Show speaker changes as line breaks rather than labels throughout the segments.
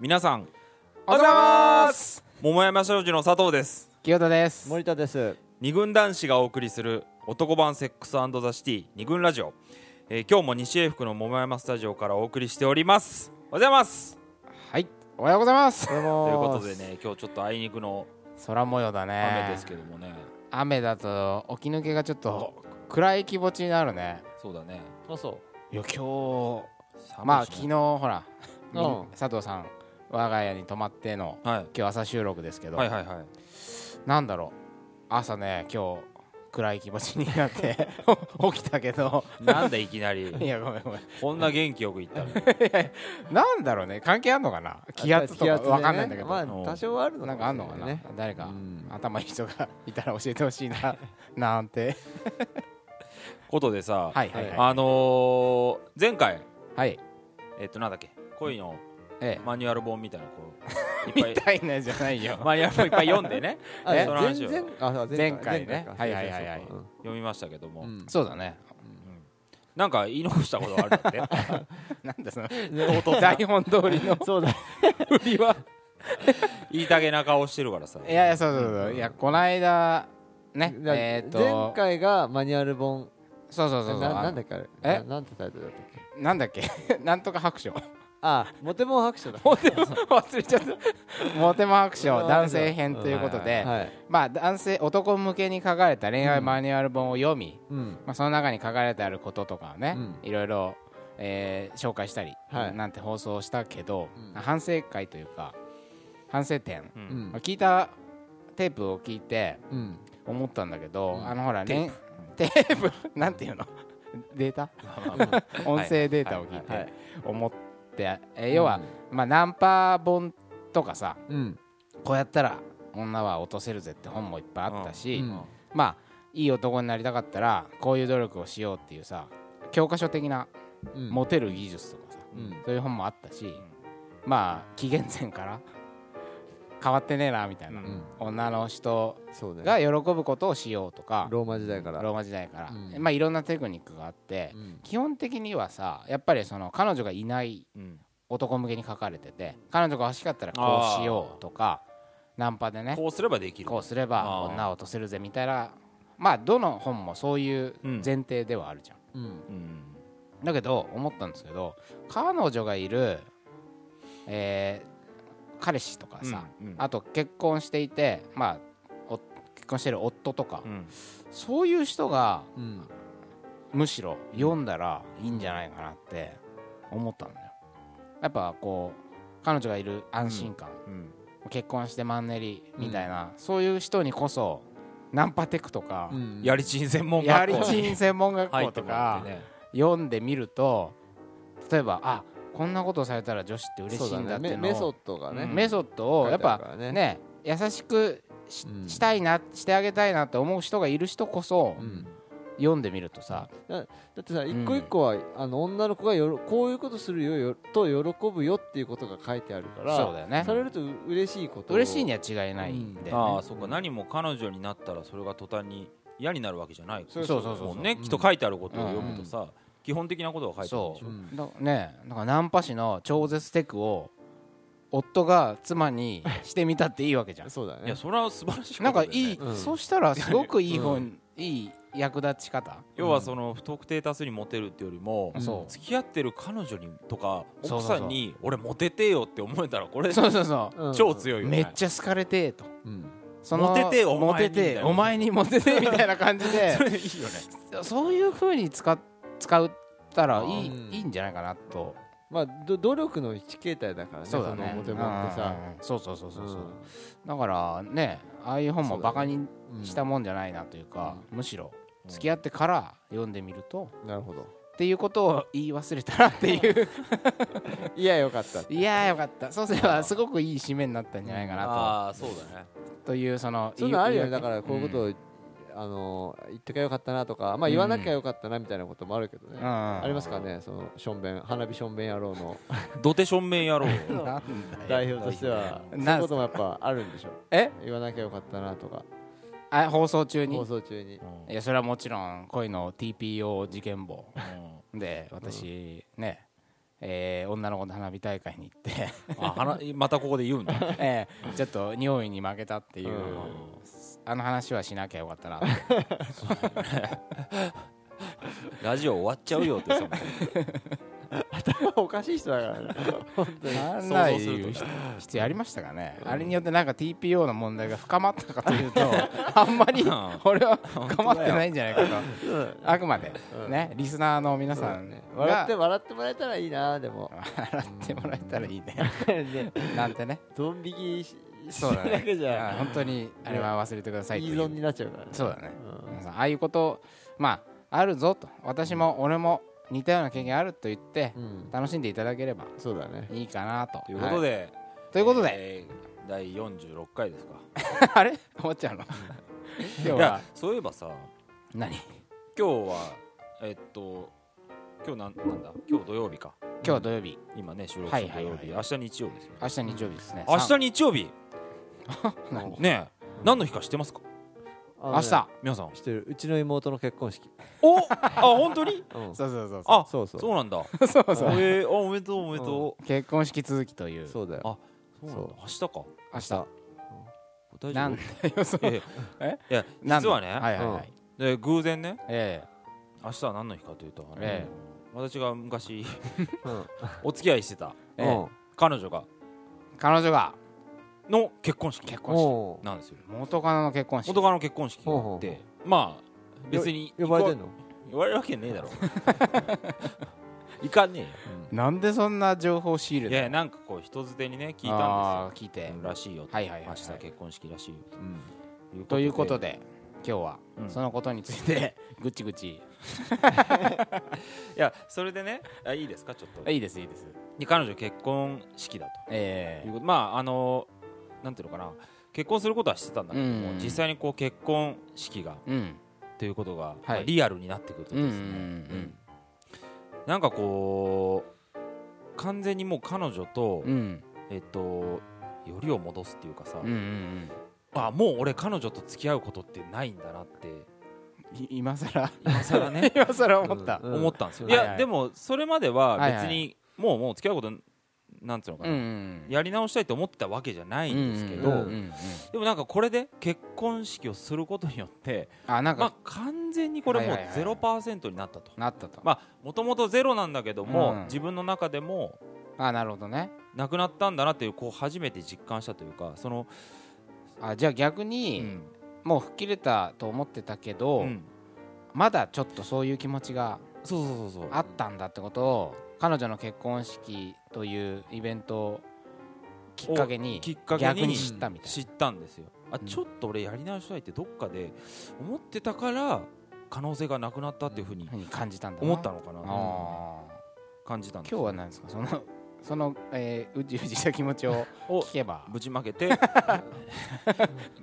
皆さん
おはようございます
桃山商事の佐藤です
清田です
森田です。
二軍男子がお送りする男版セックスザシティ二軍ラジオ、えー今日も西英福の桃山スタジオからお送りしておりますおはようございます
はいおはようございます
とい
とい
う
うこ
こと
でね今日ちょっとあいにくの
空模様だね
雨ですけどもね、
雨だと起き抜けがちょっと暗い気持ちになるね
そうだね
あそ
いや今
寒いしね
日まあ昨日ほら、
う
み
ん
ん佐藤さん我が家に泊まっての
はい
今日朝収録ですけど、
はいはいはい
なんだろう朝ね今日暗い気持ちになって起きたけど
なんだいきなり
いやごめんごめん
こんな元気よく言ったの
なんだろうね関係あんのかな
う。
気圧とか
でね
わかんないんだけど、
まあ
うん
多少はあるの
なんかあんのかな、
ね。
誰か、
うん
頭いい人がいたら教えてほしいななんて
ことでさ、
はいはいはい
あのー前回
はい
えっとなんだっけ恋の
え
マニュアル本みたいなこ うい
え
っぱ
み
い
たいなじゃな いよ
マニュアル本いっぱい読んで ね
あ
え
全
その話を
然あ
前回ね
前か
はいはいはいはい
そうそう
読みましたけども、
そううん
そうだね
なんか言い残したことあるんだ って
なんだその台本通りの
そうだ。
振りは
言いたげな顔してるからさ
いやいやそうそうそういやこないだね
だ
えーっと
前回がマニュアル本。
そうそうそうそう
な
あ
なん
の
だっけあれ。
え
ななんてタイトルだったっけ。
なんだっけなんとか白書
あ、モテモン白 書だ。
忘れちゃったモテモ白書男性編ということで、
はい。
まあ男性男向けに書かれた恋愛マニュアル本を読み、
うん。
まあ、その中に書かれてあることとかをね、
うん
いろいろ、えー紹介したり、
はい
なんて放送したけど、
うん
反省会というか反省点、
う
うんん
まあ。聞いたテープを聞いて
うん。
思ったんだけど、
うん
あのほらねテープ なんていうのデータ音声データを聞い
はいは
て
い
思って、えー要は、まあ、ナンパ本とかさ
うん。
こうやったら女は落とせるぜって本もいっぱいあったし、
うん
うん
まあいい男になりたかったらこういう努力をしようっていうさ教科書的な
うん。
モテる技術とかさ、
うん
そういう本もあったし、まあ紀元前から変わってねえなみたいな、
う
うん。
女の人
そうね。
が喜ぶことをしようとか
ローマ時代から。
ローマ時代から、
うん
まあいろんなテクニックがあって、
うん
基本的にはさやっぱりその彼女がいない
うん
男向けに書かれてて彼女が欲しかったらこうしようとかナンパでね
こうすればできる
こうすれば
あー
女を落とせるぜみたいなまあどの本もそういう前提ではあるじゃん、
うん。
うん
だけど思ったんですけど彼女がいる、えー彼氏とかさ、
うんうん
あと結婚していてまあお結婚してる夫とか、
うん
そういう人が
うん。
むしろ読んだらいいんじゃないかなって思ったんだよやっぱこう彼女がいる安心感、
うん
結婚してマンネリみたいな、そういう人にこそナンパテクとか、
うん
やりちん専門
や
学
り
校
ち
に
ん専門学
入
校
って
と
もらっ
か
てね
読んでみると例えばあこんなことされたら女子って嬉しいんだっていう
そうねメメ
の
ソ
を
ッドがね、
うん
メソッドをやっ
書いてあるか
ぱ
らね
ね優しくし
うん
したいなしてあげたいなって思う人がいる人こそ
うん
読んでみるとさ
だってさ
ん
一個一個は、あの女の子がよろこういうことするよよと喜ぶよっていうことが書いてあるから
そうだよね
されるとう嬉しいことを
嬉しいには違いないんで
うん
ああそっか何も彼女になったらそれが途端に嫌になるわけじゃない
そうそうそう
も
そう
ねきっと書いてあることを読むとさ基本的なことが書い
そ
てあるでしょ
ん
うだねなんかナンパ師の超絶テクを夫が妻にしてみたっていいわけじゃん
そうだね
いやそれは素晴らしいことだよ
なんか
ね
いい、
うん
そうしたらすごくいい本、
う
いい役立ち方、
要はその不特定多数にモテるっていうよりも
ん
そ
付き合ってる彼女にとか
そ
奥
うそうそう
さんに俺モテてよって思えたらこれ
う そうそうそうう、
ん
超強いよね
めっちゃ好かれてえと
うん
その
モテてえお前に
モテてえ
みたいな
お前にモテてえみたいな感じ で
それいいよね
そういうふうに使っ使ったらいい,、
うん
いいんじゃないかなと
まあど努力の一形態だからね
そうだね
のモテモンって
う
さ
んうんうんそうそうそうそうそう、
うん
だからねああいう本もバカに
うん
したもんじゃないなというか、むしろ付き合ってから読んでみると、
なるほど
っていうことを言い忘れたなっていう
いやよかった
いやーよかったそうすればすごくいい締めになったんじゃないかな
ああそうだね
とというその
そういうのあるよね
言
だ
い
からこういうことを、あの言ってかよかったなとかまあ言わなきゃよかったなみたいなこともあるけどね、
うん
ありますからねそのしょんべん花火しょんべん野郎の
土手正面 野郎
うんなんだよ
代表としてはそ
な
う
んす
い
か
うこともやっぱあるんでしょ
え
言わなきゃよかったなとか
あ放送中に
放送中に
いやそれはもちろん恋の TPO 事件簿
うん
で私ねえー女の子の花火大会に行って、
あ花またここで言うんだ
えーちょっと日本に負けたっていう、
うん
あの話はしなきゃよかったなって
ラジオ終わっちゃうよってさ
おかしい人だからね
なん
想
な
像
い
するとね
必要ありましたかね、あれによってなんか TPO の問題が深まったかというとあんまり
うん
俺は深まってないんじゃないかと
うん
あくまで、ねリスナーの皆さんが、
笑って笑ってもらえたらいいなでも
笑ってもらえたらいいね
ね
なんてね
ドン引きしす
そうだ
るだけ
ね
じ
あ
ゃ
本当にあれは忘れてください
依
という
存になっちゃうからね
そうだね
うん
皆さんああいうことまああるぞと私も俺も似たような経験あると言って
うん
楽しんでいただければ
そうだね
いいかなと
ということ
は
で、
いということで、
えー第46回ですか
あれ思っちゃうの今日
いや
は
そういえばさ
何
今日はえっと今日なんなんだ今日土曜日か
今日土曜日
今ね収録してる土曜日、
はいはいはい
明日日曜日ですよ
明日日曜日ですね
明日日曜日
三何
ねえ何の日か知ってますか
あのね
明日そ
皆さん
してるうちの妹の結婚式
おあ本当に
うん
うそうそうそう
あ
そうそう
そうなんだ
そうそう
えー、あおめでとうおめでと
結婚式続きという
そうだよ
う、
ん
そうなんだ明日か
明日
大
な
丈夫
んだよ そ
え
え
いや
なんだ
実はね、
はいはいはい
う
で偶然ね
え
明日は何の日かというと、あの
え
私が昔
うん
お付き合いしてた
えええ
うん
彼女が
彼女が
の結婚式
結婚式
おう
なんですよ
元カノの結婚式
元カノの結婚式があってまあ別に
呼ばれてん
行こ
の
う呼ばれるわけねえだろ行かねえよ、
なんでそんな情報仕入れ
いやいや
た
な
の
んかこう人づてにね聞いたん
あー聞い
です
て
よらしいよと
はいはいはい
明日
はい
結婚式らしいよ
ということ
で
で今日は
うん
そのことについて ぐちぐち
いやそれでねあいいですかちょっと
いいですいいです
で彼女結婚式だ
え
ということまああのなんていうのかな結婚することはしてたんだけども
うん
実際にこう結婚式が
えうん
ということが、
はい
まあリアルになってくると
うんうんう
ですね、
ん
なんかこう完全にもう彼女と、
うん
えっとよりを戻すっていうかさ、
うんうん
あもう俺彼女と付き合うことってないんだなって
い 今更
今更ね
今更思った
うん
思ったんですよ、
はいはい
いやでもそれまでは別
はいは
にもうもう付き合うことなんていうのか
うん
な、
うん
やり直したいと思ってたわけじゃないんですけど、
うんうんうんうん
でもなんかこれで結婚式をすることによって、
あなん
まあ
か、
完全にこれもう
はいはいはい
0%になったと
なったと
まあもともとゼロなんだけども、
うん
自分の中でも
あなるほどね
なくなったんだなっていうこう初めて実感したというかその、
あじゃあ逆
う
に、
ん
もう吹っ切れたと思ってたけど、
うん
まだちょっとそういう気持ちが
そうそうそうそう
あったんだってことを彼女の結婚式というイベントをきっかけに
きっかけに
逆に知ったみたい
知ったんですよあ、
うん
ちょっと俺やり直したいってどっかで思ってたから可能性がなくなったっていうふうに
なふうに感じたんだな
思ったのかな、
あー
感じたんです
今日は何ですかその その、えーうじうじした気持ちを
を
聞けば
ぶちま けて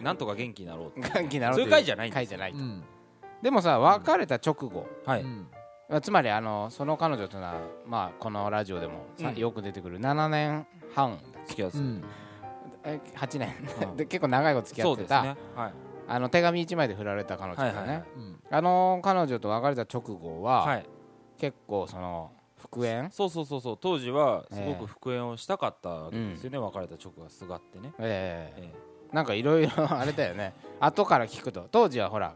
なんとか元気になろうって
元気になろうと
そういう回じゃないんです
回じゃないと
うん
でもさ別れた直後、
はい、
うん
まあつまりあのその彼女というのは、まあ、このラジオでもさ、
うん
よく出てくる7年半だっ
付き合わ
う
せ、
ん
けえ8年、
うん
で結構長いこと付き合
そ
っ
う
て
です
た、
ねはい
あの手紙1枚で振られた彼女だよね、
はいはいはい
うん
あの彼女と別れた直後は、
はい
結構その復縁、
そうそうそうそう当時はすご
ええ
く復縁をしたかったわけですよね、別れた直後がすがってね、
ええ
え
なんかいろいろあれだよね 後から聞くと当時はほら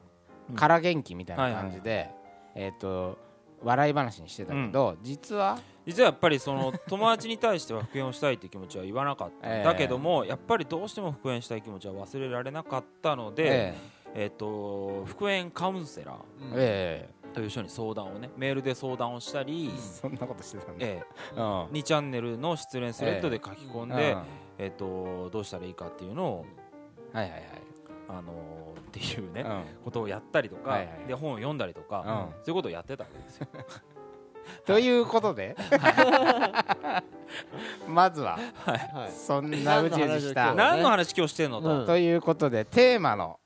うん
空元気みたいな感じで、えっ、と笑い話にしてたけど、実は
え実はやっぱりそ の友達に対しては復縁をしたいっていう気持ちは言わなかった、
ええ
だけどもやっぱりどうしても復縁したい気持ちは忘れられなかったので、え
え
っと復縁カウンセラー
ええ
という人に相談をねメールで相談をしたり、
えそんなことしてたんだ、
え
うん
2チャンネルの失恋スレッドで書き込んで、
うん
えっとどうしたらいいかっていうのを、
はいはいはい、
あのーっていうね、
うん
ことをやったりとか、
はいはい
で本を読んだりとか、
う
そういうことをやってたわけですよ。
ということで まずは
はい
そんなうじうじし
そうだね
た
何の話今日してんのと、
うん
ということでテーマの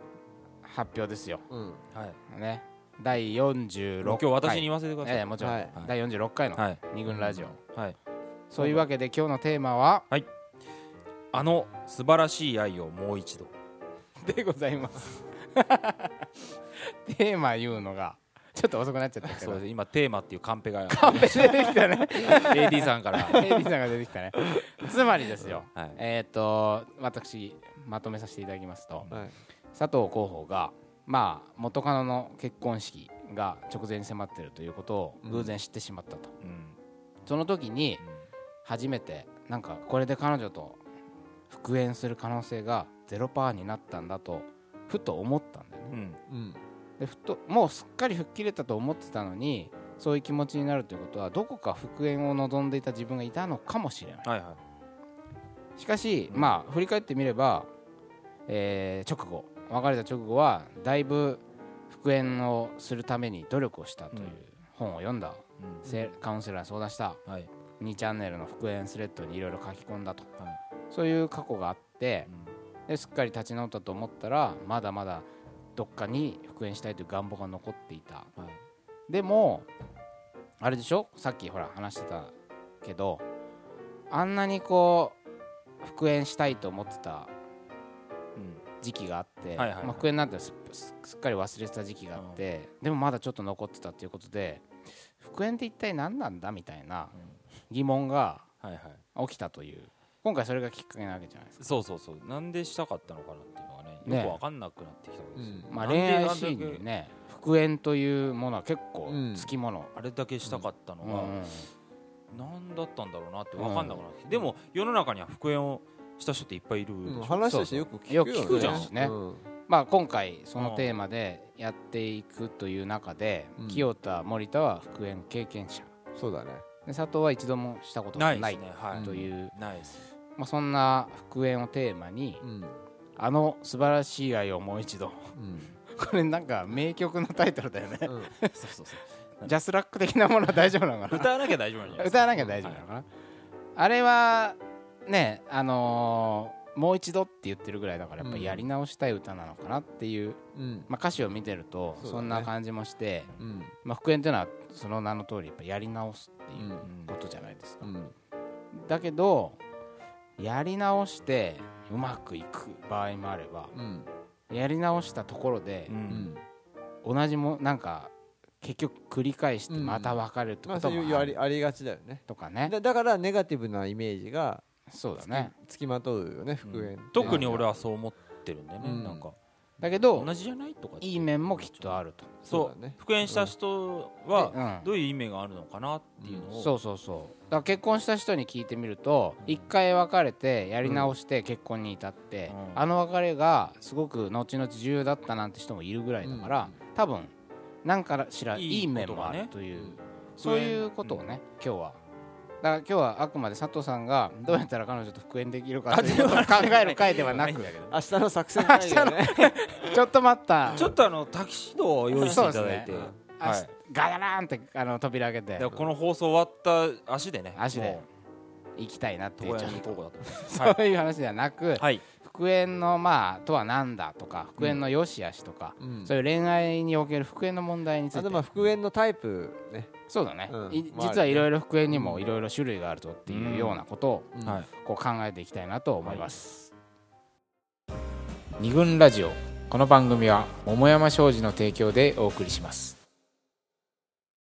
発表ですよ、
うん
はい、
ね、第46
今
回
日私に言わせてください。
ええもちろん、
はい
第46回の
はい、
「二軍ラジオ」
はい、
そういうわけで今日のテーマは
あの素晴らしい愛をもう一度。
でございますテーマ言うのがちょっと遅くなっちゃったけ
そう
ど
です今テーマっていうカンペが
カンペ出てきたね
AD さんから、
エイリーさんが出てきたねつまりですよ
はい、
えっ、と私まとめさせていただきますと
はい
佐藤候補がまあ元カノの結婚式が直前に迫ってるということを偶然知ってしまったと、
うん
その時に初めてなんかこれで彼女と復縁する可能性が0%になったんだとふと思ったんだよね
うん
うん
でふともうすっかり吹っ切れたと思ってたのにそういう気持ちになるということはどこか復縁を望んでいた自分がいたのかもしれない
はいは
しかし、
うん
まあ振り返ってみれば、えー直後別れた直後はだいぶ復縁をするために努力をしたという
うん
本を読んだ、
い、う
せカウンセラーに相談した
ん、はい、
2チャンネルの復縁スレッドにいろいろ書き込んだと、
はい
そういう過去があって
うん
ですっかり立ち直ったと思ったらまだまだどっかに復縁したいという願望が残っていた
はい
でもあれでしょさっきほら話してたけどあんなにこう復縁したいと思ってた時期があって、
はいはいはい
まあ、復縁なんてすっすすっかり忘れてた時期があって、でもまだちょっと残ってたっていうことで復縁って一体何なんだみたいな
うん
疑問が
はいはい
起きたという今回それがきっかけなわけじゃないですか、
そうそうそうなんでしたかったのかなっていうのがね
ね
よくわかんなくなってきたわけですよ、
うん
まあ、
なん
恋
で
愛シーンにね復縁というものは結構
うん
つきもの、
あれだけしたかったの
うん
が、何だったんだろうなってわかんなくなってきて、でも世の中には復縁をした人っていっぱいいるでし
うん
ょ
話としてよく聞
よ
くよ
く
ね
聞くじゃんね
うん
まあ、今回そのテーマでやっていくという中で、
うん
清田森田は復縁経験者
そうだね
で佐藤は一度もしたこと
な
が
いで
ない
すねは
という、
いないです
まあ、そんな復縁をテーマに、
うん
あの素晴らしい愛をもう一度
うん
これなんか名曲のタイトルだよね
うん
そうそうそう
ジャスラック的なものは大丈夫なのか
歌わなきゃ大丈夫なんじゃな
ない
ですか
歌わなきゃ大丈夫なのかな、あれはねあのーもう一度って言ってるぐらいだからやっぱ
うん
やり直したい歌なのかなっていう、
うん
まあ、歌詞を見てると
そうだね
そんな感じもして、
うん
まあ、復縁というのはその名の通りやっぱやり直すって
う
いうん
うん
ことじゃないですか、
うん
だけどやり直してうまくいく場合もあれば
うん
やり直したところで
う
うんん
同じもなんか結局繰り返して
うん
また別れるって
ま
こ
あそ
と
ういう
も
あ
あ
り
る
ありがちだよね
とかね
だだからネガティブなイメージが
そうだ
つき
ね
つきまとうよね復
う
縁
ん特に俺はそう思ってるんだよね、
うん
なんか
だけど
同じじゃないとかって
いい面もきっとあると
そう
そうだね
復縁した人
で
は
うん
どういう意味があるのかなっていうのを、
そうそうそうだから結婚した人に聞いてみると一回別れてやり直して結婚に至って、
うん
あの別れがすごく後々重要だったなんて人もいるぐらいだから、多分何からしら
い
い
い
い面
こと
も
が
あ
ね
るという、そういうことをね、今日はだから今日はあくまで佐藤さんがどうやったら彼女と復縁できるかということを考える回ではなく
明日の作戦会議だね
ちょっと待った
ちょっとあのタキシードを用意していただいて、
そうですね
はい
あしガヤラーンってあの扉開け
だ
て
からこの放送終わった足でね
足で
も
行きたいなって
う
いう
床
ちょ
屋
っ
に行
と
こうかだと思います
そういう話ではなく、
はい
復縁のまあとは何だとか復縁の良し悪しとか、
うん
そういう恋愛における復縁の問題につい
あ
て
とまあ復縁のタイプね
そうだね、
うん
い
まあ
実はいろいろ復縁にもいろいろ種類があるぞっていうようなことを
うん
はい
こう考えていきたいなと思います、二軍ラジオこの番組は桃山商事の提供でお送りします